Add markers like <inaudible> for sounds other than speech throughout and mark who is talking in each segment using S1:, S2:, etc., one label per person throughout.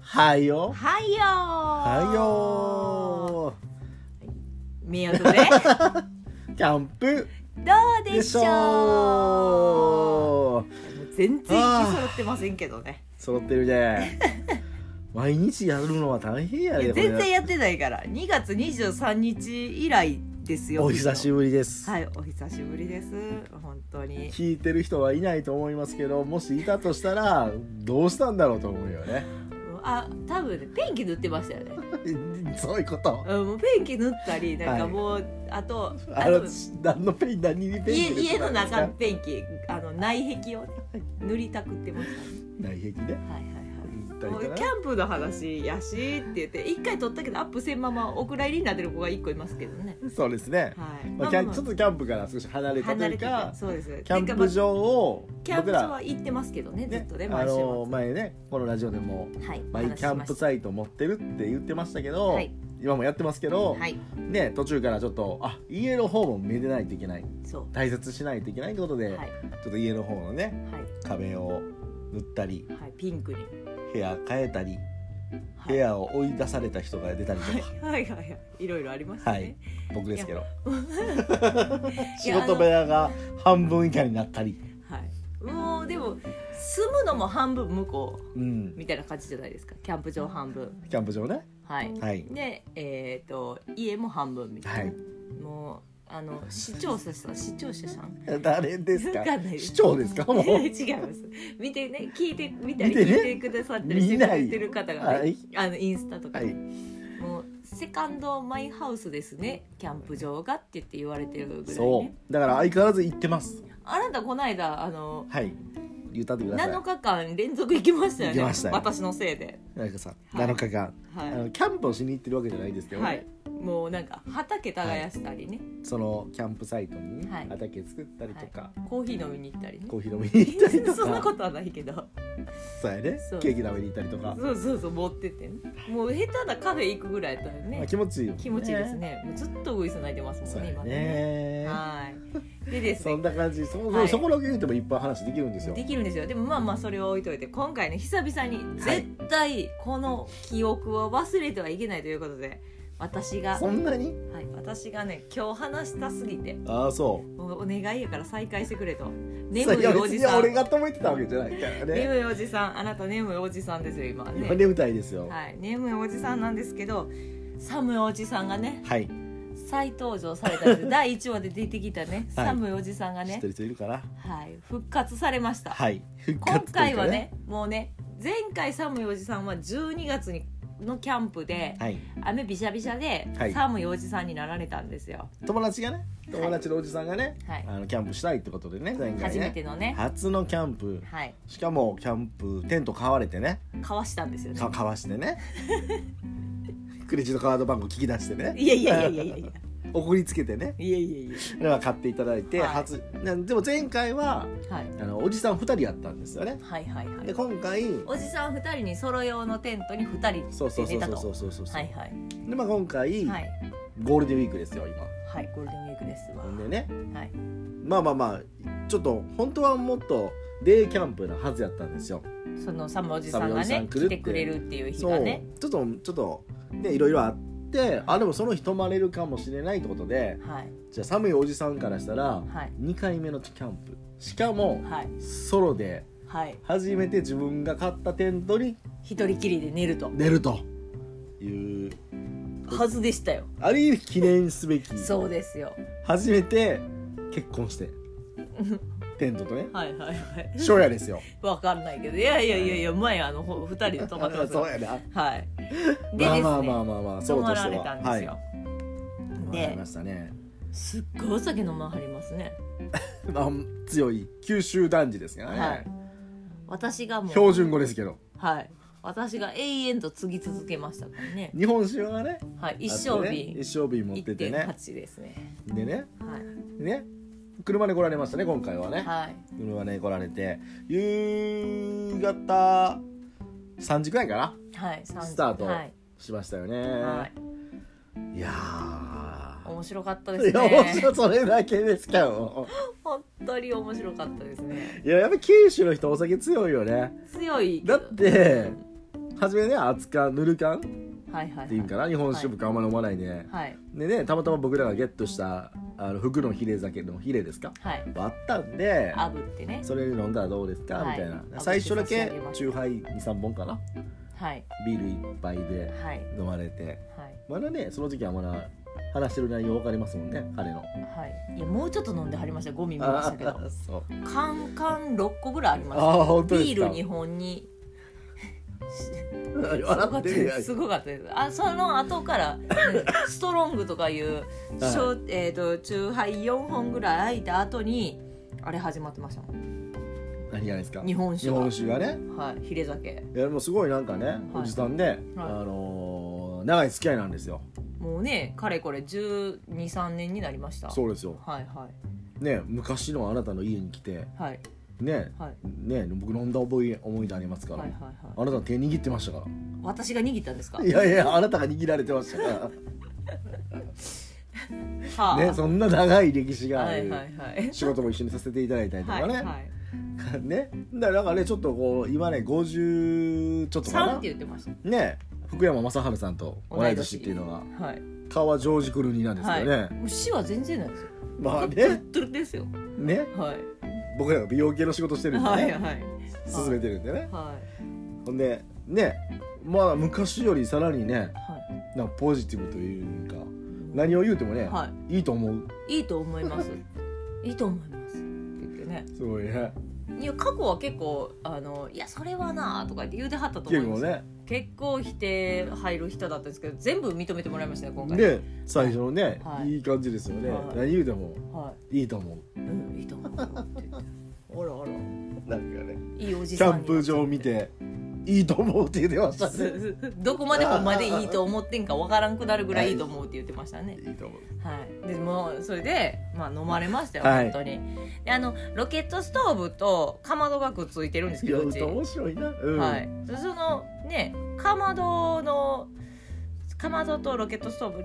S1: はいよ。
S2: はいよー
S1: はいよ。
S2: 宮戸で
S1: <laughs> キャンプ
S2: どうで
S1: でし
S2: しょ
S1: ょう。
S2: う全然息揃ってませんけどね
S1: 揃ってる
S2: <laughs>
S1: ね。毎日やるのは大変や
S2: い
S1: で。
S2: や
S1: これ
S2: 全然やってないから2月23日以来ですよ
S1: お久しぶりです。
S2: はいお久しぶりです本当に
S1: 聞いてる人はいないと思いますけど、もしいたとしたらどうしたんだろうと思うよね。 <laughs>
S2: あ多分ねペンキ塗ってましたよね
S1: そういうこと。
S2: うんもうペンキ塗ったりなんかもう、あと
S1: あ
S2: あ
S1: の
S2: の
S1: 何のペン何にペン
S2: 家
S1: 入れ
S2: 家
S1: てた
S2: の
S1: んです
S2: 中
S1: か
S2: のペンキあの内壁をね塗りたくってました、ね、
S1: 内壁で。
S2: はいはいはい
S1: 大
S2: も
S1: 体
S2: う
S1: な
S2: キャンプの話やしって言って一回撮ったけどアップせんままお蔵入りになってる子が一個いますけどね
S1: そうですね。
S2: はい、
S1: まあ、キャンちょっとキャンプから少し離れたと
S2: 離
S1: い
S2: れ
S1: う
S2: て
S1: か
S2: て、そうです
S1: キャンプ場を
S2: キャン
S1: 僕
S2: プ
S1: ら、
S2: は行ってますけどねずっ
S1: ね
S2: とね
S1: あ
S2: 毎週末、
S1: の前ねこのラジオでも
S2: はい
S1: マイキャンプサイト持ってるって言ってましたけど、
S2: はい
S1: 今もやってますけど、
S2: はい
S1: ね途中からちょっとあ家の方も見れないといけない
S2: そ
S1: 大切しないといけないってこと
S2: う
S1: で、
S2: はい
S1: ちょっと家の方のね
S2: はい
S1: 壁を塗ったり
S2: はいピンクに、
S1: 部屋変えたり
S2: は
S1: 部
S2: い、は
S1: 屋を追い出された人が出たりとか、
S2: いはいはいはいいろいろありましたね、
S1: はい僕ですけど
S2: い
S1: <laughs> 仕
S2: や
S1: 事部屋が半分以下になったり、
S2: はい、もうでも住むのも半分向こう
S1: うん、
S2: みたいな感じじゃないですかキャンプ場半分
S1: キャンプ場ね
S2: はい
S1: はい
S2: でえっ、と家も半分みたい
S1: は
S2: な、
S1: い
S2: もうあの視聴者さん視聴者さん
S1: 誰ですか
S2: わかんないです
S1: 市長です
S2: <laughs>
S1: かもう
S2: 違います見てね聞いて見たり
S1: 見てね
S2: 聞いてくださってるして
S1: 見
S2: く
S1: ない
S2: れてる方が、ね
S1: はい
S2: あのインスタとか
S1: は
S2: で、
S1: い
S2: もうセカンドマイハウスですねキャンプ場がって言って言われてるぐらい
S1: そ
S2: ね
S1: うだから相変わらず行ってます
S2: あなたこの間あの
S1: はい言ったってください
S2: 7日間連続行きましたよね
S1: 行きましたよ
S2: 私のせいで
S1: なんかさ、
S2: はい
S1: 7日間、
S2: はい
S1: あのキャンプをしに行ってるわけじゃないですけどね、
S2: はい、もうなんか畑耕したりね、
S1: そのキャンプサイトにね、
S2: はい
S1: 畑作ったりとか、
S2: コーヒー飲みに行ったりね
S1: コーヒー飲みに行ったりとか
S2: <laughs> そんなことはないけど
S1: そうやね
S2: そう
S1: ケーキ食べに行ったりとか、
S2: そうそうそう持ってってねもう下手なカフェ行くぐらいだったら
S1: まあ、
S2: ね
S1: 気持ちいいよね
S2: 気持ちいいですねもうずっとウイス泣いてますも
S1: そ
S2: ん
S1: う
S2: ね
S1: や
S2: 今ね
S1: ね
S2: はいでです
S1: そん
S2: ね
S1: な感じそ,、
S2: はい
S1: そこだけ言うてもいっぱい話できるんですよ
S2: できるんですよでもまあまあそれは置いといて今回ね久々に絶対この記憶は忘れてはいけないということで私が、は
S1: そんなに
S2: い、私がね今日話したすぎて
S1: ああそう
S2: もうお願いやから再開してくれと
S1: そ
S2: 眠
S1: うい
S2: い
S1: や
S2: お
S1: 別
S2: じ
S1: に
S2: さん
S1: 俺が止めてたわけじゃないからね
S2: 眠いおじさんあなた眠いおじさんですよ今ね
S1: 今眠たいですよはい、
S2: はい、眠いおじさんなんですけど寒いおじさんがね再登場された
S1: <laughs>
S2: んです第1話で出てきたね
S1: はい
S2: 寒いおじさんが
S1: 知っ
S2: ね
S1: て、る人いるかな
S2: はい、復活されました、
S1: はい復
S2: 今
S1: 活とい
S2: 回
S1: うか
S2: はねもうね前回寒いおじさんは12月にのキャンプで
S1: はい
S2: 雨びしゃびしゃで
S1: はい
S2: 寒いおじさんになられたんですよ、
S1: 友達がね友達のおじさんがね、
S2: はい
S1: あのキャンプしたいってことでね前回ね
S2: 初めてのね
S1: 初のキャンプ
S2: はい
S1: しかもキャンプテント買われてね
S2: かわしたんですよね
S1: か買わして
S2: <laughs>
S1: ねクレジットカード番号聞き出してね
S2: いやいやいやいや
S1: <laughs>
S2: いやいや
S1: 送りつけてね
S2: いやいやいや
S1: では買っていただいて、
S2: はい
S1: 初なでも前回は
S2: はい
S1: あのおじさん2人やったんですよね
S2: はいはいは
S1: で
S2: い
S1: 今回
S2: おじさん2人にソロ用のテントに2人
S1: そうそう
S2: で
S1: そ
S2: 寝
S1: う
S2: た
S1: そう
S2: と
S1: そうそうそう、
S2: はいはい
S1: でまあ今回、
S2: はい
S1: ゴールデンウィークですよ
S2: はい、ゴールデンウィークですわ。
S1: 今でね
S2: はい、
S1: まあまあまあちょっと本当はもっとデイキャンプなはずやったんですよ
S2: そのサムおじさんが
S1: サムお
S2: ね
S1: じさん来る
S2: 来
S1: って
S2: てくれるっていう日
S1: そ
S2: が
S1: う
S2: ね。
S1: ちょっとちょっとねいろいろあってあでもその日泊まれるかもしれないってことで
S2: はい
S1: じゃあ寒いおじさんからしたら
S2: はい
S1: 2回目のキャンプしかも
S2: はい
S1: ソロで
S2: はい。
S1: 初めて自分が買ったテントに
S2: 一人きりで寝ると
S1: 出るという
S2: はずでしたよ。
S1: ある意味記念すべき
S2: そうですよ。
S1: 初めて結婚
S2: <laughs>
S1: してテントとね
S2: はいはいはい。
S1: 初夜ですよ
S2: わかんないけどいやいやいやいや前あのほ二人で泊まってます
S1: そう。やな
S2: はい。
S1: ま
S2: でで
S1: あ
S2: す
S1: まあ
S2: ね。
S1: まあまあまあ
S2: 泊
S1: そう
S2: ま
S1: とし
S2: ら
S1: て
S2: れ
S1: は
S2: たんです
S1: はい
S2: よ。で
S1: わかりましたね
S2: すっごいお酒飲まはりますね。
S1: まあ強い九州男児ですからね、
S2: はい私がもう
S1: 標準語ですけど
S2: はい。私が永遠と継ぎ続けましたからね。
S1: 日本酒はね
S2: はい。一生
S1: あってね
S2: 瓶
S1: 一升瓶持っててね
S2: 1.8ですね。
S1: でね
S2: は
S1: ね車で来られましたね今回はね、
S2: い。はい。
S1: 車で来られて夕方3時くらいかな
S2: はい、3
S1: スタート
S2: はい、
S1: しましたよね、
S2: はい、
S1: い、やー
S2: 面白かったです
S1: いや面
S2: ね。
S1: 白いそれだけですかよ
S2: 本当に面白かったですね。
S1: いややっぱ九州の人お酒強いよね
S2: 強いけど。
S1: だって初めね熱燗ぬる燗っ
S2: はいはい、はい、
S1: ていうんかな日本酒僕あんまり飲まないで
S2: はい
S1: でねたまたま僕らがゲットしたあの袋のヒレ酒のヒレですか
S2: はい
S1: あったんで
S2: 炙ってね
S1: それ飲んだらどうですかみ
S2: はい
S1: たいな
S2: あ
S1: 最初だけ
S2: 差し上げます
S1: チューハイ23本かな
S2: はい
S1: ビール一杯で
S2: はい
S1: 飲まれて
S2: はい
S1: まだねその時はまだ話してる内容分かりますもんね彼の
S2: はいいやもうちょっと飲んではりましたゴミ見ましたけど
S1: あそう
S2: カンカン6個ぐらいありました
S1: あー本当です
S2: ビ
S1: か
S2: ール2本に
S1: 笑
S2: すごか
S1: っ
S2: ってた
S1: る
S2: で
S1: や
S2: す
S1: ん
S2: すごかったですあその
S1: <laughs>
S2: 後から、ねストロングとかいう、ショーえー、とチューハイ4本ぐらい空いた後にあれ始まってましたもん
S1: 何がですか
S2: 日本酒が
S1: がね
S2: はいヒレ酒
S1: いやもうすごいなんかね、おじさんで、あのー長い付き合いなんですよ
S2: もうねかれこれ1 2 3年になりました
S1: そうですよ
S2: はいはい
S1: ね昔のあなたの家に来て
S2: はい
S1: ね
S2: はい
S1: ね僕飲んだ覚え思い出ありますから、
S2: はいはいはい
S1: あなたの手握ってましたか
S2: 私が握ったんですから
S1: いやいやあなたが握られてましたか
S2: は
S1: らねそんな長い歴史があ
S2: は
S1: る、
S2: いはいはい
S1: 仕事も一緒にさせていただいたりと
S2: は
S1: か
S2: い
S1: ね、
S2: はい
S1: ねだからなんかねちょっとこう今ね50ちょっとか
S2: 3っ
S1: な
S2: て言ってまし
S1: ね福山雅治さんと同い年っていうのが
S2: たはい
S1: 顔はジョージ・クルーニーなんです
S2: は
S1: よ
S2: い
S1: ね、
S2: もう死は全然ないですよ
S1: まあ
S2: トゥ
S1: ね
S2: ルトゥルですよ
S1: ね
S2: は
S1: 僕らが美容系の仕事して
S2: い
S1: るんでね、
S2: はいはい
S1: 進めてるんでね、
S2: は
S1: ほんでねまあ昔よりさらにね
S2: いは
S1: なんかポジティブというか
S2: い
S1: 何を言うてもね、、
S2: はい
S1: いと思う
S2: いいいと思います
S1: <laughs>
S2: いいと思いますって言ってね
S1: すごいね
S2: いや過去は結構あのいやそれはなとか言って言うてはったと思
S1: 結
S2: いま
S1: 構
S2: す、
S1: ね
S2: 結構否定入る人だったんですけど全部認めてもらいましたね今回
S1: で最初のね、、
S2: はいい
S1: い感じですよね、
S2: はい
S1: 何言うても
S2: はい
S1: いと思
S2: い、うん、いいと思うよって言ってあらあら
S1: うなんかね
S2: いいおじ
S1: キ
S2: さん
S1: ャンプ場見ていいと思うって言ってました
S2: <laughs>
S1: ね
S2: どこまでほんまでいいと思ってんかわからんくなるぐらいいいと思うって言ってましたね
S1: いいと思う
S2: はい、でもうそれで、まあ、飲まれましたよ、
S1: はい
S2: 本当にであのロケットストーブとかまどがくっついてるんです
S1: い
S2: け
S1: や
S2: どうち、
S1: 歌
S2: は
S1: 面白いな、うん
S2: い、そのねかまどのかまどとロケットストー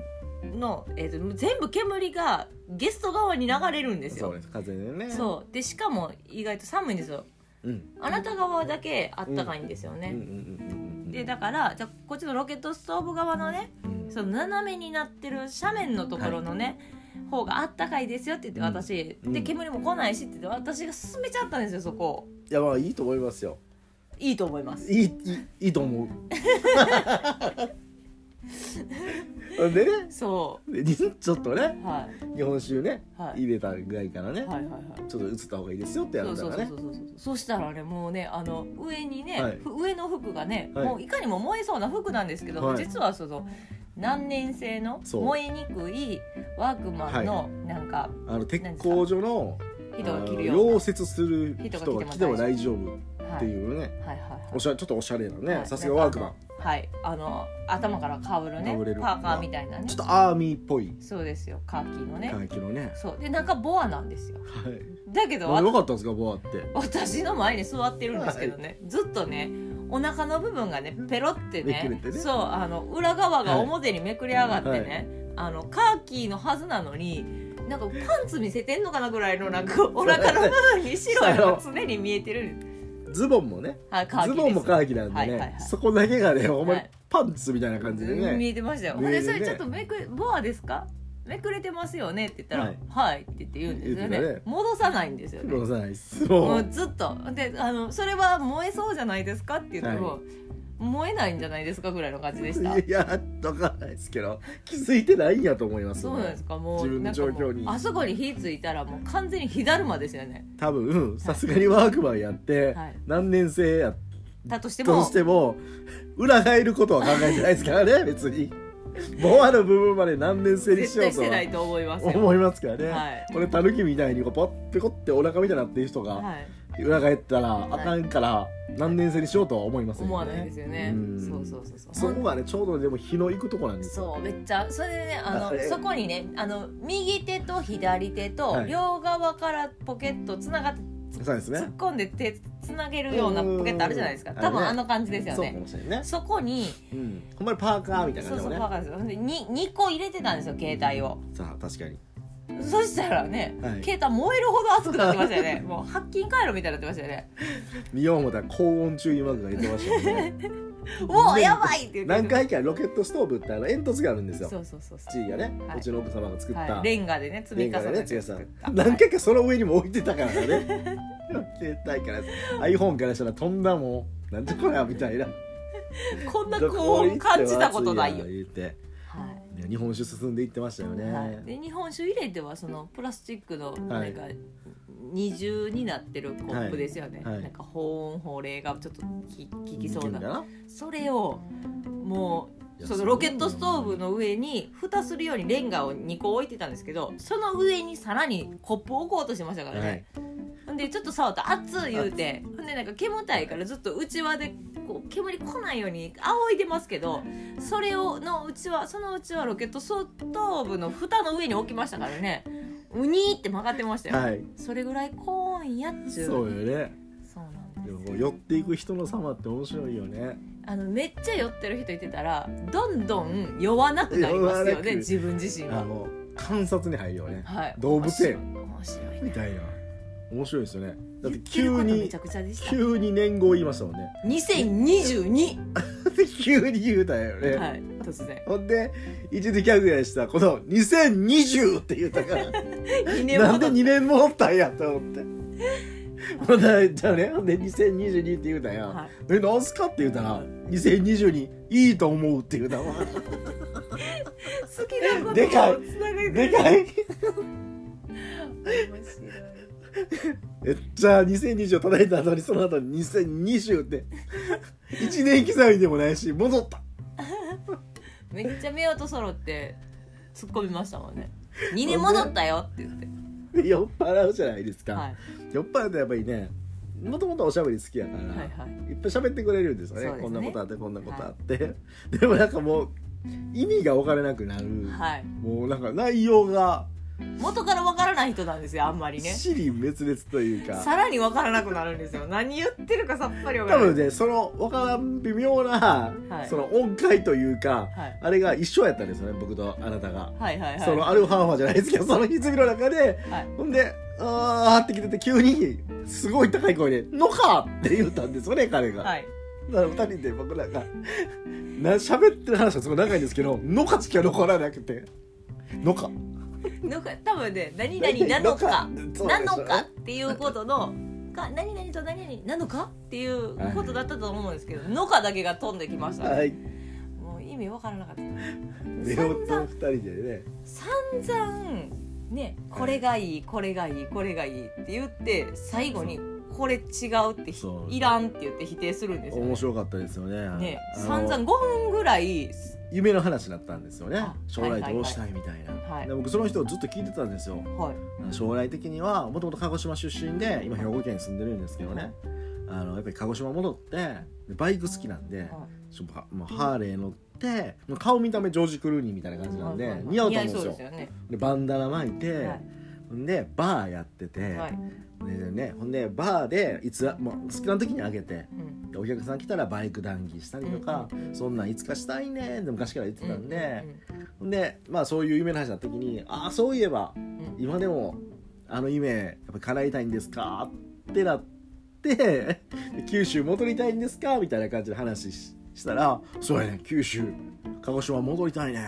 S2: ブの、えーと全部煙がゲスト側に流れるんです
S1: そう
S2: よ
S1: です風でね
S2: そうでしかも意外と寒いんですよ
S1: う、うん、
S2: あなた側だけあったかいんです
S1: う
S2: よ
S1: んうん
S2: ね、
S1: うんうんうん
S2: でだからじゃあこっちのロケットストーブ側のね
S1: うん
S2: その斜めになってる斜面のところのね、方があったかいですよって言って私、
S1: うん
S2: で煙も来ないしって言って私が進めちゃったんですよそこ
S1: いやまあいいと思いますよ
S2: いいと思います
S1: いいいいいいと
S2: <laughs>
S1: 思うでね
S2: そ
S1: でにちょっとね
S2: うはい
S1: 日本酒ね、
S2: はい
S1: 入れたぐらいからね、
S2: はいはいはい
S1: ちょっと移った方がいいですよってや
S2: そ
S1: る
S2: うん
S1: だ
S2: そ
S1: か
S2: う
S1: ら
S2: そう
S1: ね
S2: そうそうそしたらねもうねあの上にね、
S1: はい
S2: ふ上の服がね、
S1: はい
S2: もういかにも燃えそうな服なんですけど、
S1: はい
S2: 実はその難燃性の
S1: そう
S2: 燃えにくいワークマンのなんか
S1: あの鉄工所の
S2: 人が着
S1: あ
S2: るよう
S1: の
S2: な、
S1: 溶接する人が来ても大丈夫っ
S2: は
S1: て
S2: い、
S1: いうね、
S2: はいはいはい
S1: おしゃれちょっとおしゃれなね、
S2: はい
S1: さすがワークマン
S2: はい、あの頭からかぶるね
S1: 被れる
S2: パーカーみたいなね
S1: ちょっとアーミーっぽい
S2: そうですよカーキーのね、
S1: 感じのね、
S2: そうで中ボアなんですよ
S1: はい、
S2: だけど
S1: あ
S2: わ
S1: れ良かったんですかボアって
S2: 私の前に座ってるんですけどね、ずっとねお腹の部分がねペロってね
S1: めくれてね
S2: そうあの裏側が表にめくれ上がってね、
S1: は
S2: あのカーキーのはずなのになんかパンツ見せてんのかなぐらいのなんかお腹の部分に白いのが常に見えてる、
S1: ズボンもね
S2: はい、カーキー
S1: ズ
S2: です
S1: ボンもカーキなんでね、
S2: はいはいはい
S1: そこだけがねほんまに
S2: はい
S1: パンツみたいな感じでね、
S2: 見えてましたよ、
S1: 見えるね
S2: でそれちょっとめくボアですかめくれてますよねって言ったら「
S1: は
S2: はいい」って言って言うんですよね
S1: 言ってたね
S2: 戻さないんですよね
S1: 戻さないっす
S2: も
S1: も
S2: う
S1: う
S2: ずっとであの「それは燃えそうじゃないですか?」って言っても、
S1: は
S2: 燃えないんじゃないですか?」ぐらいの感じでした
S1: いやわかんないですけど気づいてないんやと思います
S2: そうなんですかもう
S1: 自分の状況に
S2: なんかもうあそこに火ついたらもう完全に火だるまですよね
S1: 多分さすがにワークマンやって、
S2: はい
S1: 何年生やっ
S2: だとして
S1: た
S2: も
S1: としても裏返ることは考えてないですから
S2: <laughs>
S1: ね別にボアの部分まで何年生にし
S2: 絶
S1: よう
S2: 対し
S1: と
S2: てな
S1: はい
S2: と思いますよ
S1: 思いますからね、
S2: はい
S1: これタヌキみたいにこうポッペコってお腹みたいになってる人が
S2: はい、
S1: 裏返ったら
S2: い
S1: あかんから何年生にしようとは思いません
S2: 思
S1: よ
S2: わ
S1: ね
S2: ないですよね
S1: うん
S2: そうそうそうそう
S1: そこがねちょうどでも日の行くとこなんですよ
S2: そうめっちゃそれでねあ
S1: あれ
S2: のそこにねあの右手と左手
S1: は
S2: と
S1: い
S2: 両側からポケットつながって
S1: そうですね
S2: 突っ込んで手つなげるようなポケットあるじゃないですか
S1: うん
S2: 多分
S1: あるね
S2: あの感じですよ
S1: そうか
S2: ね
S1: もしれんね
S2: そこに
S1: うんほんまにパーカーみたいな
S2: そう
S1: 感じ
S2: そ
S1: だ
S2: うパ
S1: もん
S2: ーカーですよで 2, 2個入れてたんですよ携帯を
S1: ねさあ確かに
S2: そしたらね、
S1: はい
S2: 携帯燃えるほど熱くなってました
S1: <laughs>
S2: よねもう発禁回路みたいになってましたよね <laughs>
S1: 見よう思ったら高温注意マークが出てましたよね
S2: おおやばいって言って
S1: 何回かロケットストーブってあの煙突があるんですよ
S2: そうそうそうそう
S1: 地位がね、
S2: はいう
S1: ちの奥様が作った、
S2: はい、レンガでね積み重ね
S1: レンガで
S2: て
S1: ね
S2: 作っ
S1: 積
S2: た
S1: 何回かその上にも置いてたから
S2: <laughs>
S1: ね携帯から iPhone からしたら飛んだもんなんじゃこりゃみたいな
S2: はいこんな高温感じたことないよ
S1: ど、こ行っても暑いやん言うて
S2: はい
S1: いや日本酒進んでいってましたよね、
S2: はい、で日本酒入れてはそのプラスチックの
S1: は
S2: ないんか二重になってるコップですよね、
S1: はいはい
S2: なんか保温法令がちょっとき効きそう
S1: いけるか
S2: な
S1: な
S2: それをも
S1: いうや
S2: そのロケットストーブの上に蓋するようにレンガを2個置いてたんですけどその上にさらにコップを置こうとしてましたから
S1: は
S2: ね
S1: い、
S2: ほんでちょっと触ったら熱い言うてほんでなんか煙たいからずっとうちわでこう煙来ないように仰いでますけどそれをのうちわそのうちわロケットストーブの蓋の上に置きましたからねうにーって曲がってましたよ、
S1: はい、
S2: それぐらい高温やっちゅう
S1: そうよね
S2: そうな
S1: で
S2: んで
S1: も
S2: す
S1: こう寄っていく人の様って面白いよね
S2: あのめっちゃ酔ってる人いてたらどんどん酔わなくなりま
S1: 酔
S2: すよ
S1: わな
S2: ね
S1: く
S2: 自分自身
S1: あ
S2: は、
S1: の観察に入るよね
S2: はい、
S1: 動物園
S2: 面白い面白い
S1: み
S2: ね
S1: たいな面白いですよねだって
S2: 言
S1: 急
S2: ってることめ
S1: に
S2: ちゃくちゃでした
S1: 急に年号言いましたもんね
S2: 2022、
S1: 急に言うたよね、
S2: はい突然
S1: ほんで一時ギャグやしたこの「2020」って言ったから
S2: <laughs> 2年
S1: なん
S2: も
S1: で
S2: 経
S1: 2年もおったんやと
S2: <laughs>
S1: 思ってほんでじゃあねほんで2022って言うたんや、
S2: はい
S1: えなんすかって言うたら
S2: はい
S1: 2020にいいと思うって言うたわ
S2: 好きなことを
S1: でかい
S2: つなげて
S1: でかい
S2: 面白い
S1: えじゃあ2020を叩いた後にその後に2020って1年刻みでもないし戻った
S2: めっちゃ目音揃って突っ込みましたもんね2年戻ったよって言って
S1: 酔っ払うじゃないですか、
S2: はい
S1: 酔っ払うとやっぱりねもともとおしゃべり好きやから、
S2: はいはい
S1: いっぱい喋ってくれるんですよね
S2: そうですね
S1: こんなことあってこんなことあって、 <laughs> でもなんかもう意味が分からなくなる、
S2: はい
S1: もうなんか内容が
S2: 元からわからない人なんですよあんまりね
S1: 支離滅裂というか、
S2: さらにわからなくなるんですよ何言ってるかさっぱりわか
S1: 多
S2: ら
S1: 分
S2: ない
S1: ねその分からん微妙な、
S2: はい
S1: その音階というか、
S2: はい
S1: あれが一緒やったんですよね僕とあなたが。
S2: はいはいはい
S1: そのアルファーファじゃないですけどその歪みの中で、
S2: はい
S1: ほんで「あー」って来てて急にすごい高い声で「のか!」って言ったんですよね彼が。
S2: はい
S1: だから2人で僕なんかな喋ってる話がすごい長いんですけど「のか」しか残らなくて「のか」
S2: なんか多分ね何々なのか
S1: そう
S2: なのか
S1: で
S2: っていうことの
S1: <laughs>
S2: か何々と何々なのかっていうことだったと思うんですけど「のか」だけが飛んできまし
S1: す
S2: た
S1: よ
S2: ね、
S1: はい
S2: もう意味わからなかった
S1: で
S2: 散々
S1: 夫婦2人でね
S2: 散々ねこれがいいこれがいいこれがいいって言って最後にこれ違うってひ
S1: そう
S2: いらんって言って否定するんですよ
S1: 面
S2: ね
S1: 白かったですよね
S2: ね
S1: あの
S2: 散々5分ぐらい
S1: 夢の話になったんですよね
S2: あ
S1: 将来どうしたいみたいな、
S2: はい
S1: で僕その人をずっと聞いてたんですよ
S2: はい
S1: 将来的にはもともと鹿児島出身で今兵庫県に住んでるんですけどねあのやっぱり鹿児島戻ってでバイク好きなんで、
S2: は
S1: ちょっとはもうハーレー乗ってもう顔見た目ジョージ・クルーニーみたいな感じなんで、
S2: はい
S1: 似合うと思うん
S2: 似
S1: で
S2: 合
S1: す
S2: い
S1: よ
S2: そうですよね
S1: でバンダナ巻いて、
S2: はい
S1: ほんでバーやってて、
S2: はい
S1: でね、ほんでバーでいつはもう好きな時にあげて
S2: うん
S1: でお客さん来たらバイク談義したりとか、そんなんいつかしたいねんって昔から言ってたんで、ほんで、まあ、そういう夢の話だった時に「ああそういえば
S2: うんうんうん
S1: 今でもあの夢やっぱ叶えたいんですか?」ってなって <laughs> で九州戻りたいんですかみたいな感じで話ししたら「そうやねん九州鹿児島戻りたいねん」っ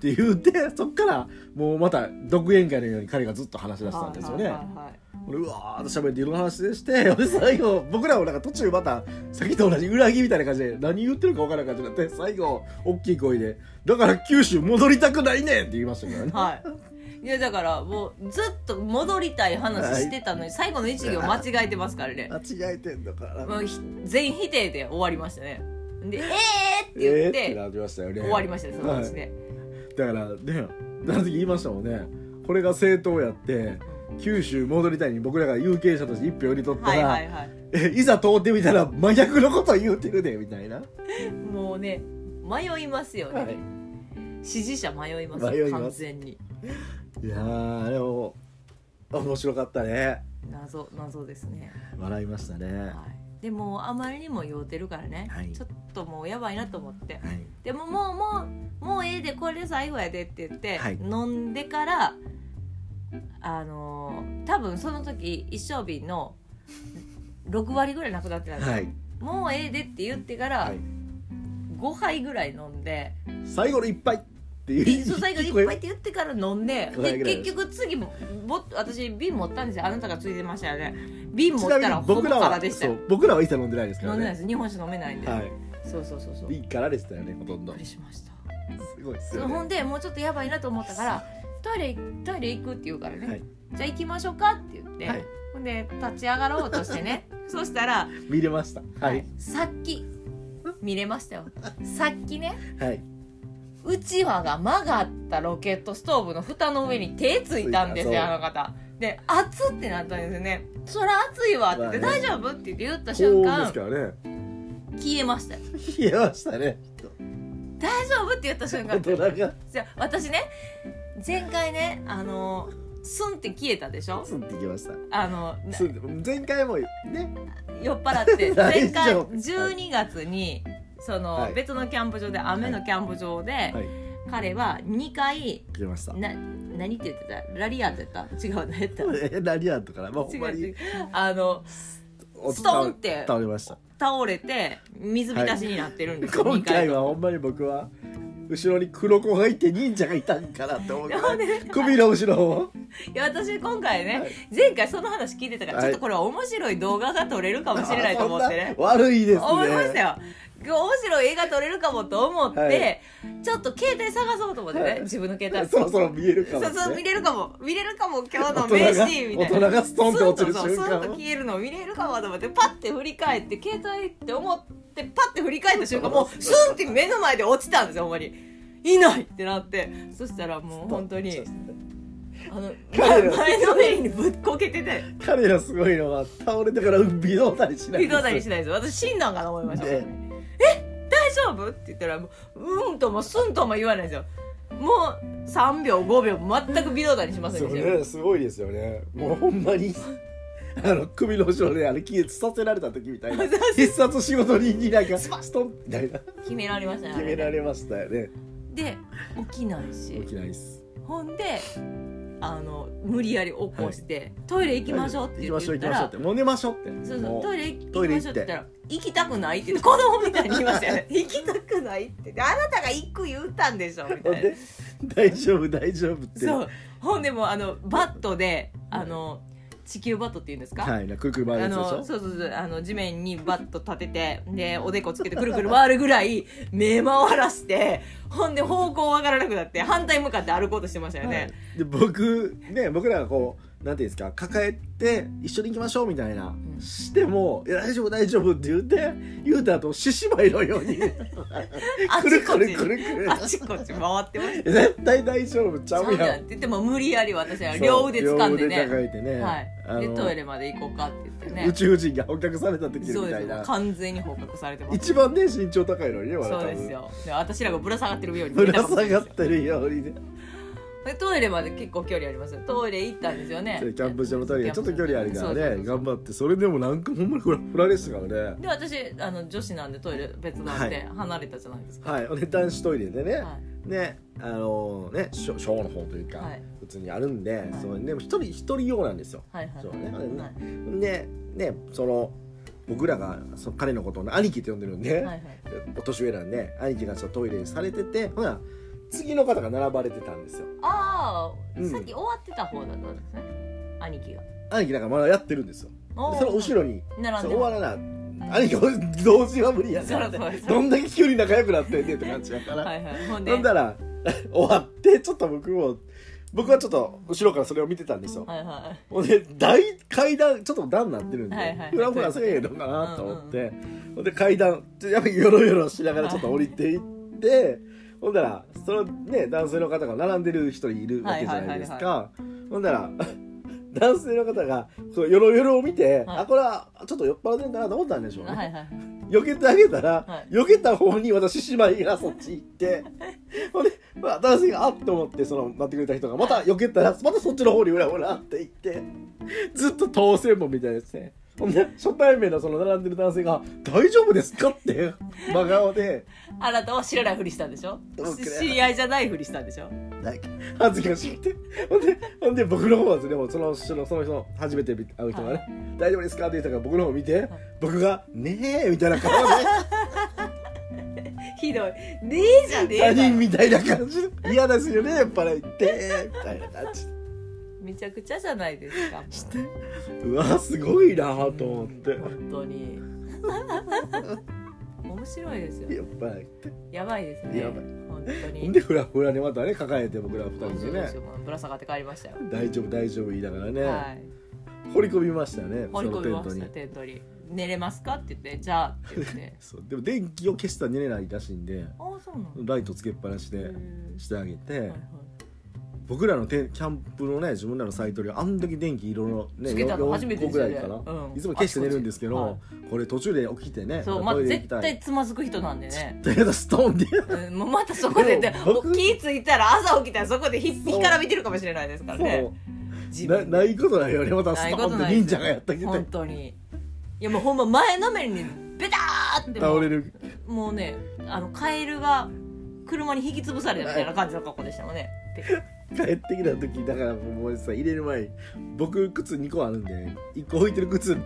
S1: て言うて <laughs> そっからもうまた独演会のように彼がずっと話し出したんですよね
S2: はい。はいはい
S1: 俺うわーっと喋っていろんな話でして <laughs> 俺最後僕らもなんか途中またさっきと同じ裏木みたいな感じで何言ってるか分からなくなって最後大きい声で「だから九州戻りたくないねん!」って言いましたからね。
S2: はいいやだからもうずっと戻りたい話してたのに最後の一行間違えてますからね
S1: 間違えてんだから
S2: もうひ全否定で終わりましたねで「えー!」って言っ
S1: えーって
S2: て
S1: なりましたよね
S2: 終わりましたねその話
S1: はい
S2: で、
S1: だからねあの時言いましたもんねこれが正当やって九州戻りたいに僕らが有権者として一票入れとったら、
S2: はいはいはい
S1: えいざ通ってみたら真逆のこと言うてるでみたいな
S2: もうね迷いますよね、
S1: はい
S2: 支持者迷いますよ
S1: 迷います
S2: 完全に
S1: いやーでも面白かったね
S2: 謎謎ですね、
S1: 笑いましたねは
S2: はい、でもあまりにも酔うてるからね、
S1: はい
S2: ちょっともうやばいなと思って
S1: い
S2: でももうもうもうええでこれで最後やでって言って、
S1: はい
S2: 飲んでからあのー多分その時一升瓶の6割ぐらいなくなってたんですよ、
S1: はい
S2: もうええでって言ってから、
S1: はい
S2: 5杯ぐらい飲んで
S1: 最後の一杯っていう
S2: 素材がいっぱいって言ってから飲んで
S1: 五杯
S2: で
S1: ぐらいで
S2: 結
S1: す
S2: 局次もぼ私瓶持ったんですよあなたがついてましたよね瓶持
S1: ち
S2: っ
S1: な
S2: た
S1: みに
S2: らほぼ
S1: 僕ら
S2: 空
S1: は
S2: でし
S1: そ
S2: たよ
S1: う僕らは一切飲んでないですか
S2: 飲
S1: ら
S2: んでないで
S1: ね
S2: す日本酒飲めないんで、
S1: はい
S2: そうそうそうそうびっ
S1: いいからでしたよねほとんど
S2: くりしました
S1: すごいです
S2: そう
S1: よ
S2: ほ
S1: ね
S2: んでもうちょっとやばいなと思ったからトイレトイレ行くって言うからね、
S1: はい
S2: じゃあ行きましょうかって言って、
S1: はい
S2: ほんで立ち上がろうとしてね
S1: <laughs>
S2: そしたら、
S1: 見れましたはい
S2: さっき見れましたよさっきね
S1: はい、
S2: うちわが曲がったロケットストーブの蓋の上に手ついたんです
S1: つい
S2: よ
S1: た
S2: あの方で熱ってなったんですよねそら熱いわって言って
S1: まあね
S2: 大丈夫って言って言った
S1: 高
S2: 瞬
S1: 温で
S2: 間
S1: すからね
S2: 消えましたよ
S1: 冷えましたね
S2: 大丈夫って言った瞬間
S1: <laughs> 大人が
S2: じゃあ私ね前回ねあのスンって消えたでしょ
S1: すんってきました
S2: あのな
S1: すん前回もね
S2: 酔っ払って
S1: <laughs>
S2: 前
S1: 大
S2: 回
S1: 丈夫
S2: 12月にその、
S1: はい
S2: 別のキャンプ場で雨のキャンプ場で、
S1: はい
S2: 彼は2回
S1: 切れました
S2: な何って言ってたラリアンって言った違う何やった
S1: えラリアントからまあほんま
S2: 違う違
S1: に
S2: うあの
S1: お
S2: ストンって
S1: 倒れました
S2: 倒れて水浸しになってるんですよ、
S1: 今
S2: 二
S1: 回
S2: と
S1: はほんまに僕は後ろに黒子がいて忍者がいたんかなって思うか
S2: ほ
S1: ら
S2: んでい
S1: 首の後ろを
S2: や私今回ね、
S1: はい
S2: 前回その話聞いてたから、
S1: はい
S2: ちょっとこれは面白い動画が撮れるかもしれないと思ってね
S1: あそんな悪いですね
S2: 思いましたよ面白い映画撮れるかもと思って、
S1: はい
S2: ちょっと携帯探そうと思ってね、
S1: はい
S2: 自分の携帯
S1: そろそろ見えるかも、
S2: そ
S1: ね、
S2: うそう見れるかも見れるかも今日の
S1: 大
S2: 名
S1: 人が
S2: シーンみたいな
S1: 大人がストンって落ちる
S2: スンと
S1: 瞬
S2: そう
S1: 間
S2: スンと
S1: を
S2: 消えるのを見れるかもと思ってパッて振り返って携帯って思ってパッて振り返った瞬間もうスンって目の前で落ちたんですよほんまにいないってなってそしたらもう本当にあの前
S1: 彼ら
S2: のめりにぶっこけてて
S1: 彼らすごいのは倒れてから微動だにしない
S2: 微動だにしないです私死んだんかな思いました
S1: で
S2: 大丈夫って言ったらもううんともすんとも言わないんですよもう3秒5秒全く微動だにしません
S1: そう
S2: でしたよ
S1: ねすごいですよねもうほんまに <laughs> あの首の後ろであれ気させられた時みたい
S2: <laughs>
S1: な必殺仕事人になんかストンみたいな
S2: 決められましたねあ
S1: 決
S2: れ
S1: めら
S2: ね
S1: れましたよね
S2: で起きない
S1: 起
S2: し
S1: きないっす
S2: ほんであの無理やり起こして、トイレ行きましょうって言
S1: 行きま
S2: っ
S1: しょう
S2: て
S1: 行きまし
S2: た
S1: ょう
S2: ら
S1: ってもう寝ましょうって
S2: そうそ
S1: も
S2: うトイレ行
S1: トイレ
S2: きま
S1: 行っ
S2: してょうって言ったら行きたくないって言って子供みたいに言いましたよね行きたくないってであなたが行く言うたんでしょみた
S1: ほん
S2: いな
S1: で大丈夫大丈夫って
S2: そうほんでもうあのバットであの地球バットっていうんですか、
S1: はいなくるくる回る
S2: あ
S1: やつでし
S2: の
S1: ょ
S2: そうそうそうあの地面にバッと立ててでおでこつけてくるくる回るぐらい目回らしてほんで方向わからなくなって反対向かって歩こうとしてましたよ
S1: はい
S2: ね、
S1: で僕ね僕らがこうなんていうんですか抱えて一緒に行きましょうみたいな、
S2: ん
S1: しても「いや大丈夫大丈夫」って言って言うた後獅子舞のように
S2: あ
S1: く
S2: ち
S1: る
S2: こ
S1: く
S2: ち
S1: るくるくる
S2: あちこち回ってました
S1: 絶対大丈夫ちゃ
S2: そうう
S1: や
S2: な
S1: ん
S2: んって言っても無理やり私は両腕掴んで
S1: そう両腕
S2: ね
S1: 抱えてね、
S2: はい、でトイレまで行こうかって言って
S1: 宇
S2: ね
S1: 宙人が捕獲された時み
S2: そう
S1: た
S2: で
S1: い
S2: すよ
S1: な
S2: 完全に捕獲されてます
S1: 一番ね身長高いのにね我
S2: そ
S1: 々
S2: う
S1: 多
S2: です
S1: 分
S2: よで私らがぶら下がってるように
S1: ぶ
S2: 見えた
S1: ら
S2: ことな
S1: 下
S2: いです
S1: が
S2: よ
S1: ってるようにね
S2: でトイレまで結構距離ありますよトイレ行ったんですよね
S1: キャンプ場のトイレがちょっと距離あるから
S2: そうそうそ
S1: ね
S2: うそう
S1: 頑張ってそれでもなんかほんまにフラフラでしたからね
S2: で私あの女子なんでトイレ別なん
S1: は
S2: で離れたじゃないですか、
S1: はいほんで男子トイレでね、
S2: はい
S1: ねあのね小小の方というか、
S2: はい
S1: 普通にあるんで、
S2: い
S1: そのでも一人一人用なんですよ。
S2: はいはい
S1: そうね
S2: はい
S1: でねその僕らがその彼のことを兄貴って呼んでるんで、
S2: はいはい
S1: お年上なんで兄貴がちょっとトイレされててほな次の方が並ばれてたんですよ。
S2: ああ、
S1: うん
S2: さっき終わってた方だったんですね兄貴が
S1: 兄貴だからまだやってるんですよ。
S2: おー
S1: その後ろに
S2: 並
S1: そ
S2: ん
S1: う終
S2: で
S1: わ
S2: ます
S1: らな、兄貴は同時は無理や
S2: そ
S1: か
S2: ら
S1: ら
S2: <laughs> そうです
S1: どんだけ急に仲良くなってんねんって感じやから。
S2: はいはいほんで
S1: なんだら <laughs> 終わってちょっと僕も僕はちょっと後ろからそれを見てたんですよ。
S2: はいはい
S1: ほんで大階段ちょっと段になってるんで、
S2: はいはいはい
S1: フラフラせえへんのかなと思って、ほんで階段ちょやっぱりよろよろしながらちょっと降りていって、ほんだらそのね男性の方が並んでる人いるわけじゃないですか、
S2: はいは
S1: ほんだら <laughs> 男性の方がそのよろよろを見て、
S2: はい
S1: あこれはちょっと酔っ払ってんかなと思ったんでしょうね、
S2: はいはい
S1: 避けてあげたら、
S2: はい
S1: 避けた方に私姉妹がそっち行ってほんで、まあ、男性があっと思ってその待ってくれた人がまた避けたらまたそっちの方にうらうらって行ってずっと当選門みたいですねほんで初対面のその並んでる男性が「大丈夫ですか?」って真顔で
S2: あなたは知らないふりしたんでしょ
S1: どうくれ
S2: 知り合いじゃないふりしたんでしょ
S1: なんか恥ずかしくてほんでほんで僕の方はですねもうその人のその人初めて会う人がね、
S2: はい
S1: 大丈夫ですか?」って言ったから僕の方見て、僕が「ねえ」みたいな顔で。
S2: ひひどいねえじゃ
S1: 他
S2: ねえだよ
S1: 人みたいな感
S2: <laughs>
S1: じで嫌ですよねやっぱりってみたいな感じ
S2: めちゃくちゃじゃないで
S1: <laughs>
S2: すかもう
S1: してうわすごいなと思って
S2: 本当に <laughs> 面白いですよ
S1: やっぱり
S2: やばいですね
S1: やばい
S2: 本当
S1: ほ
S2: に
S1: んでフラフラにまたね抱えて僕ら二
S2: そうそ
S1: 人で
S2: うで
S1: ね
S2: すよもうぶら下がって帰りましたよ、
S1: 大丈夫大丈夫言いながらね、
S2: はい
S1: 掘り込みましたね
S2: 放り込みま
S1: そ
S2: し
S1: の
S2: た
S1: テントに
S2: テントに「寝れますか?」って言って「じゃあ」って言って
S1: そうでも電気を消したら寝れないらしいんで
S2: 「ああそうなの?」
S1: ライトつけっぱなし
S2: へ
S1: で
S2: ー
S1: してあげて、
S2: はいはい
S1: 僕らのテキャンプのね自分らのサイトであんだけ電気色のね
S2: つけたの
S1: よ
S2: 初めて
S1: よんこ
S2: です
S1: ぐ
S2: よ
S1: ら
S2: ね
S1: いかな、
S2: うん
S1: いつも消して寝るんですけど、
S2: あそ
S1: これ途中で起きてね
S2: そう
S1: ま
S2: まあ
S1: たトイレ行
S2: 絶
S1: きたい
S2: 対つまずく人なんでね
S1: 絶対ストーンで
S2: うんもうまたそこで
S1: で
S2: で
S1: も
S2: も
S1: 僕
S2: う気ぃついたら朝起きたらそこでひ
S1: そう
S2: 日から見てるかもしれないですからね
S1: も
S2: 自
S1: うな
S2: 分
S1: ないことないよねまた
S2: な
S1: ス
S2: い
S1: ト
S2: こと
S1: ーンっ
S2: な
S1: て忍
S2: いで
S1: 者
S2: すよ
S1: がやったけど
S2: 本当にいやもうほんま前のめりにベターってもう
S1: 倒れる
S2: もうねあのカエルが車に引き潰されたみたいな感じの格好でしたもん
S1: <laughs>
S2: ねペッ
S1: 帰ってきた時だからもうさ入れる前に僕靴2個あるんで1個置いてる靴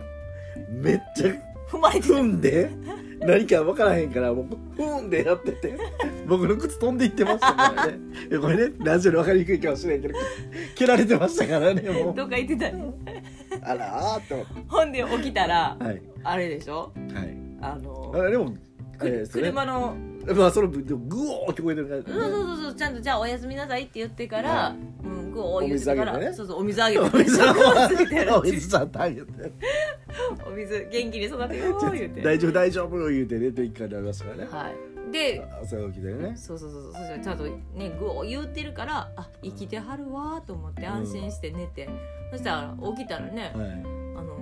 S1: めっちゃ
S2: 踏まれてた
S1: 踏んで <laughs> 何か分からへんからもう踏んでやってて僕の靴飛んでいってましたからね <laughs> えこれねラジオで分かりにくいかもしれんけど蹴られてましたからねもう
S2: どっか行ってた
S1: あらーっと思っ
S2: ほんで起きたら
S1: てはい
S2: あれでしょ
S1: はい
S2: あの
S1: あれでもあ
S2: く
S1: れですね
S2: 車の
S1: まあそのでもグオー聞こえてる感じ
S2: そうそうそうそうちゃんと「じゃあおやすみなさい」って言ってから、
S1: は
S2: うんこう言ってか
S1: お水あ
S2: ら
S1: げてね
S2: そうそうお水あげて
S1: お水
S2: 植物みたいな
S1: お水さん大変だよ
S2: お水元気に育
S1: <laughs>
S2: てよう言って
S1: 大丈夫大丈夫言うて出ていくからなりますからね
S2: はいで
S1: 朝起きてね
S2: そうそうそうそうそうちゃんとねグを言ってるからあ生きてはるわーと思って安心して寝て、そしたら起きたらね、
S1: はい
S2: あの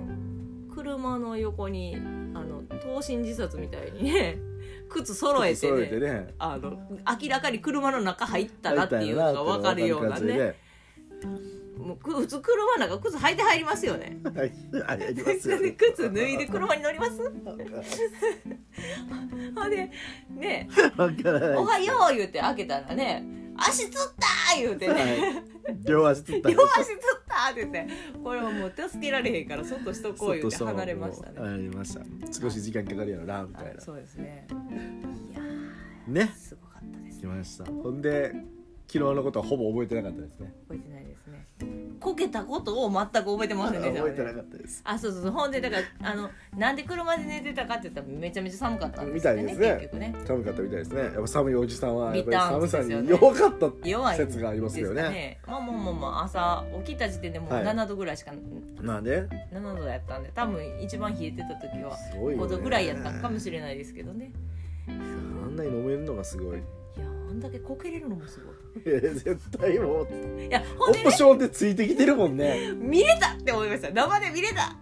S2: 車の横にあの投身自殺みたいにね <laughs> 靴揃えて
S1: 揃
S2: ね
S1: えてね
S2: あの明らかに車の中入ったなっていうのが分かるようなねもうく普通車なんか靴履いて入りますよね
S1: はい、ありますよ、ね、
S2: <laughs> 靴脱いで車に乗り <laughs> ますほんでね
S1: わから
S2: 「
S1: ない
S2: おはよう」言うて開けたらね「足つった!」言うてね
S1: 両足つっ
S2: 「
S1: た
S2: 両足つった!」って言ってこれはもう助けられへんからそっとしとこう言うて
S1: そっと
S2: 離れましたね
S1: 離れました少し時間かかるやろなみたい
S2: あそうですねいや
S1: なね
S2: ーすごかったです
S1: 来
S2: ね
S1: ましたほんで昨日のことはほぼ覚えてなかったですね
S2: 覚えてないですねこけたことを全く覚えてませんでした
S1: 覚
S2: か
S1: え
S2: ら
S1: てなか
S2: ね
S1: ったです
S2: あそうそうそうほんでだからあのなんで車で寝てたかって言ったらめちゃめちゃ寒かったんですよね
S1: みたいですね
S2: 結局ね
S1: 寒かったみたいですねやっぱ寒いおじさんはやっぱり寒さ
S2: ビターン
S1: に
S2: ですよね
S1: 弱かった
S2: 弱い
S1: 説があります
S2: で
S1: よ
S2: す
S1: ね
S2: かねまあまあまあまあ朝起きた時点でもう
S1: はい
S2: 7度ぐらいしか、
S1: なんで
S2: 7度やったんで多分一番冷えてた時は
S1: すごいよ、ね、
S2: 5度ぐらいやったんかもしれないですけどね
S1: あんなに飲めるのがすごいい <laughs>
S2: いやあんだけこけれるのもすご
S1: や絶対もう
S2: いいやほ
S1: オ
S2: んで
S1: プ
S2: ね
S1: ションでついてきてるもんね
S2: 見れたって思いました生で見れた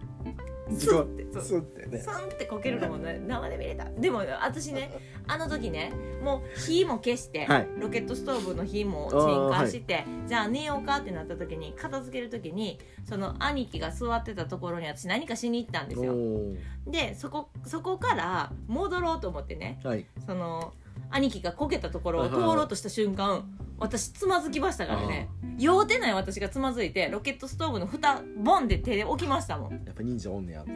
S1: す
S2: ス
S1: ご
S2: ン
S1: い
S2: ってそう
S1: スンってね
S2: スンってこけるの
S1: <laughs>
S2: もね生で見れたでも私ねあの時ねもう火も消して、
S1: はい
S2: ロケットストーブの火も
S1: あー
S2: 鎮火して、じゃあ寝ようかってなった時に片付ける時にその兄貴が座ってたところに私何かしに行ったんですよ
S1: お
S2: でそこそこから戻ろうと思ってね
S1: ーはい
S2: その兄貴がこけたところ
S1: は
S2: を
S1: いは
S2: 通
S1: いはい
S2: ろうとした瞬間私つまずきましたからね酔うてない私がつまずいてロケットストーブの蓋ボンで手で置きましたもん
S1: やっぱ忍者おんねやと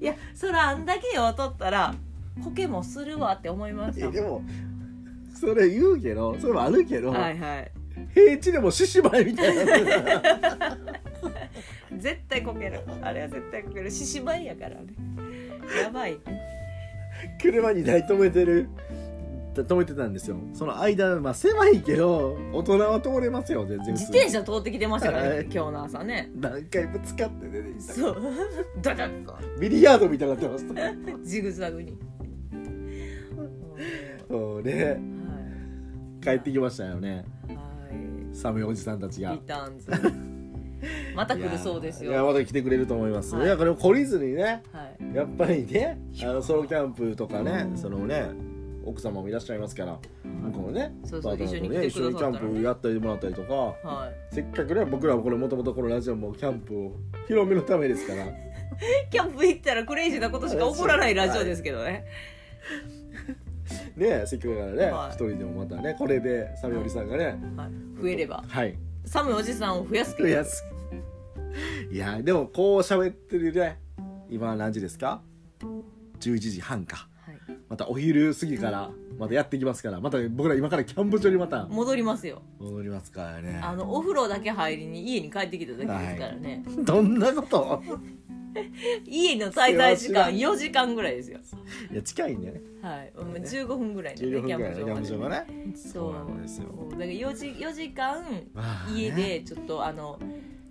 S2: いやそらあんだけ酔うとったらこけもするわって思いまし
S1: い
S2: た
S1: や
S2: もん
S1: でもそれ言うけどそれもあるけど、
S2: はいはい
S1: 平地でも獅子舞みたいな
S2: 絶対こけるあれは絶対こける獅子舞やからねやばい
S1: <laughs> 車に台止めてる止めてたんですよその間、まあ、狭いけど大人は通れますよ全然
S2: 自転
S1: 車
S2: 車通ってきてましたから
S1: は
S2: ね
S1: い
S2: 今日の朝ね
S1: 何回ぶつかって出てきた
S2: そうドドッと
S1: ビリヤードみたいになってました
S2: ジグザグに
S1: そうね
S2: は
S1: 帰ってきましたよね
S2: いはい
S1: 寒いおじさんたちが
S2: リターンズまた来るそうです
S1: いやいや
S2: よ
S1: また来てくれると思います、
S2: はい
S1: い、やこれも懲りずにね
S2: はい
S1: やっぱり
S2: <laughs>
S1: ねあのソロキャンプとかね、
S2: うん
S1: そのね奥様もいらっしゃいますから向こうもね
S2: そうそう
S1: パートナーとね
S2: 一
S1: 一
S2: 緒
S1: 緒にキ
S2: に来てくださったらね
S1: ャンプやってもらったりとか
S2: は
S1: せっかくね僕らもこれもともとこのラジオもキャンプを広めのためですから
S2: いキャンプ行ったらクレイジーなことしか起こらないラジオですけどね
S1: ねせっかくだからね一、
S2: はい
S1: 人でもまたねこれでサミオリさんがね
S2: はい増えれば
S1: はい
S2: 寒いおじさんを増やすけ
S1: い
S2: ど
S1: やすいやでもこう喋ってるね今何時ですか11時半か
S2: はい
S1: またお昼過ぎからまたやっていきますからまた僕ら今からキャンプ場にまた
S2: 戻りますよ
S1: 戻りますからね
S2: あのお風呂だけ入りに家に帰ってきただけですからね、
S1: どんなこと
S2: 家の滞在時間4時間ぐらいですよ
S1: いや近いんだよね
S2: はい、もう15分ぐらいで、
S1: 15分ぐらいのキャンプ場
S2: ま
S1: が
S2: で
S1: ね
S2: そう
S1: そうなんですよ
S2: もうだから4時 ,4 時間
S1: まあね
S2: 家でちょっとあの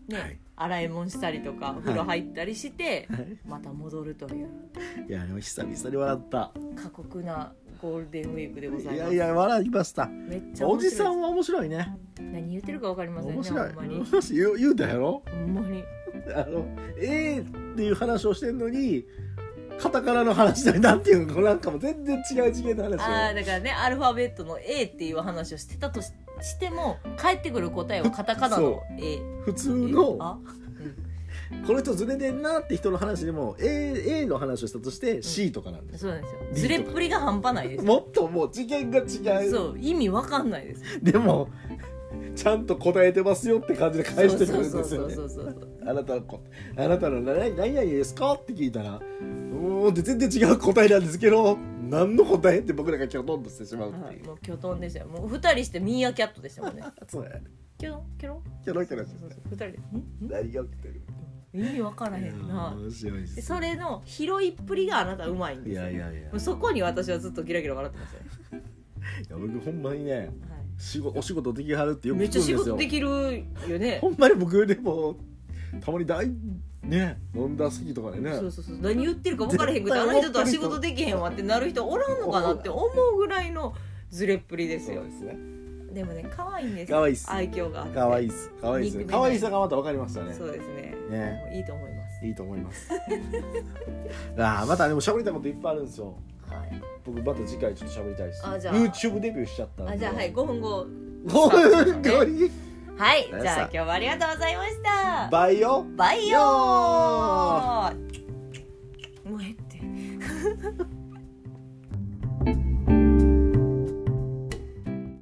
S2: ね、
S1: はい
S2: 洗い物したりとかお風呂入ったりして、
S1: はい
S2: また戻るという
S1: いやでも久々に笑った
S2: 過酷なゴールデンウィークでござい
S1: い
S2: ま
S1: や
S2: す
S1: いや笑いました
S2: めっちゃ
S1: お
S2: 面白いで
S1: じ
S2: す
S1: さんは面白いね
S2: 何言ってるかわかりませんね
S1: 面白い
S2: ほんまに
S1: もし <laughs> 言う言うたやろ
S2: ほんまに
S1: あのええっていう話をしてんのにカタカナの話だなんていうのなんかもう全然違う次元の話
S2: ああ
S1: よ
S2: だからねアルファベットの A っていう話をしてたとししても返ってくる答えはカタカナの
S1: そ
S2: A
S1: 普通の
S2: あ
S1: この人ずれてんなって人の話でも A, A の話をしたとして C とかなんです、
S2: そうなんですよずれっぷりが半端な
S1: <laughs>
S2: いです
S1: もっともう次元が違う
S2: そう意味わかんないです
S1: でもちゃんと答えてますよって感じで返してくるんですよね
S2: そうそうそうそう
S1: あなたのこあなたの何何々ですかって聞いたら「うーん」って全然違う答えなんですけど何の答えって僕らがキョトンとしてしまうって、
S2: はいいうもうキョトンでしたよもう二人してミーアキャットでしたもんね
S1: そうやね
S2: キョロンキョロン
S1: キョロキョロし
S2: そう
S1: て
S2: そう二人で
S1: 何が起きてる
S2: んん意味わから
S1: い
S2: へ
S1: や
S2: んな
S1: 面白いで
S2: ですそれの拾いっぷりがあなたうまいん
S1: い
S2: ですよ
S1: やいやいやい
S2: もうそこに私はずっとギラギラ笑ってましたよ、
S1: や僕ほんまにね
S2: は
S1: 仕事お仕事できはるって
S2: い、
S1: よく
S2: め
S1: 聞
S2: っ
S1: くんで
S2: ちゃ
S1: す
S2: 仕
S1: よ
S2: 事できるよね
S1: ほんまに僕でもたまに大ね飲んだ席とかでね
S2: そうそうそう何言ってるか分からへんくて
S1: 絶
S2: あ
S1: 対
S2: の
S1: 思ってる人
S2: 人とは仕事できへんわってなる人おらんのかなって思うぐらいのずれっぷりですよ
S1: ですね
S2: でもね可愛いんです
S1: 可
S2: よ
S1: 愛いっす
S2: 愛嬌があって
S1: 可愛いっす可愛いっす
S2: 肉ね
S1: 可愛いさがまた分かりましたね
S2: そうですね
S1: ね
S2: もういいと思います
S1: いいと思います <laughs> ああまたでも喋りたいこといっぱいあるんですよ
S2: はい、
S1: 僕また次回ちょっと喋りたいです
S2: あじゃあ
S1: YouTube デビューしちゃったんで
S2: あじゃあはい5分後
S1: <laughs> ごめんごめん
S2: はい
S1: さあ
S2: じゃあ今日はありがとうございました
S1: バイオ
S2: バイ
S1: よー
S2: オもうええって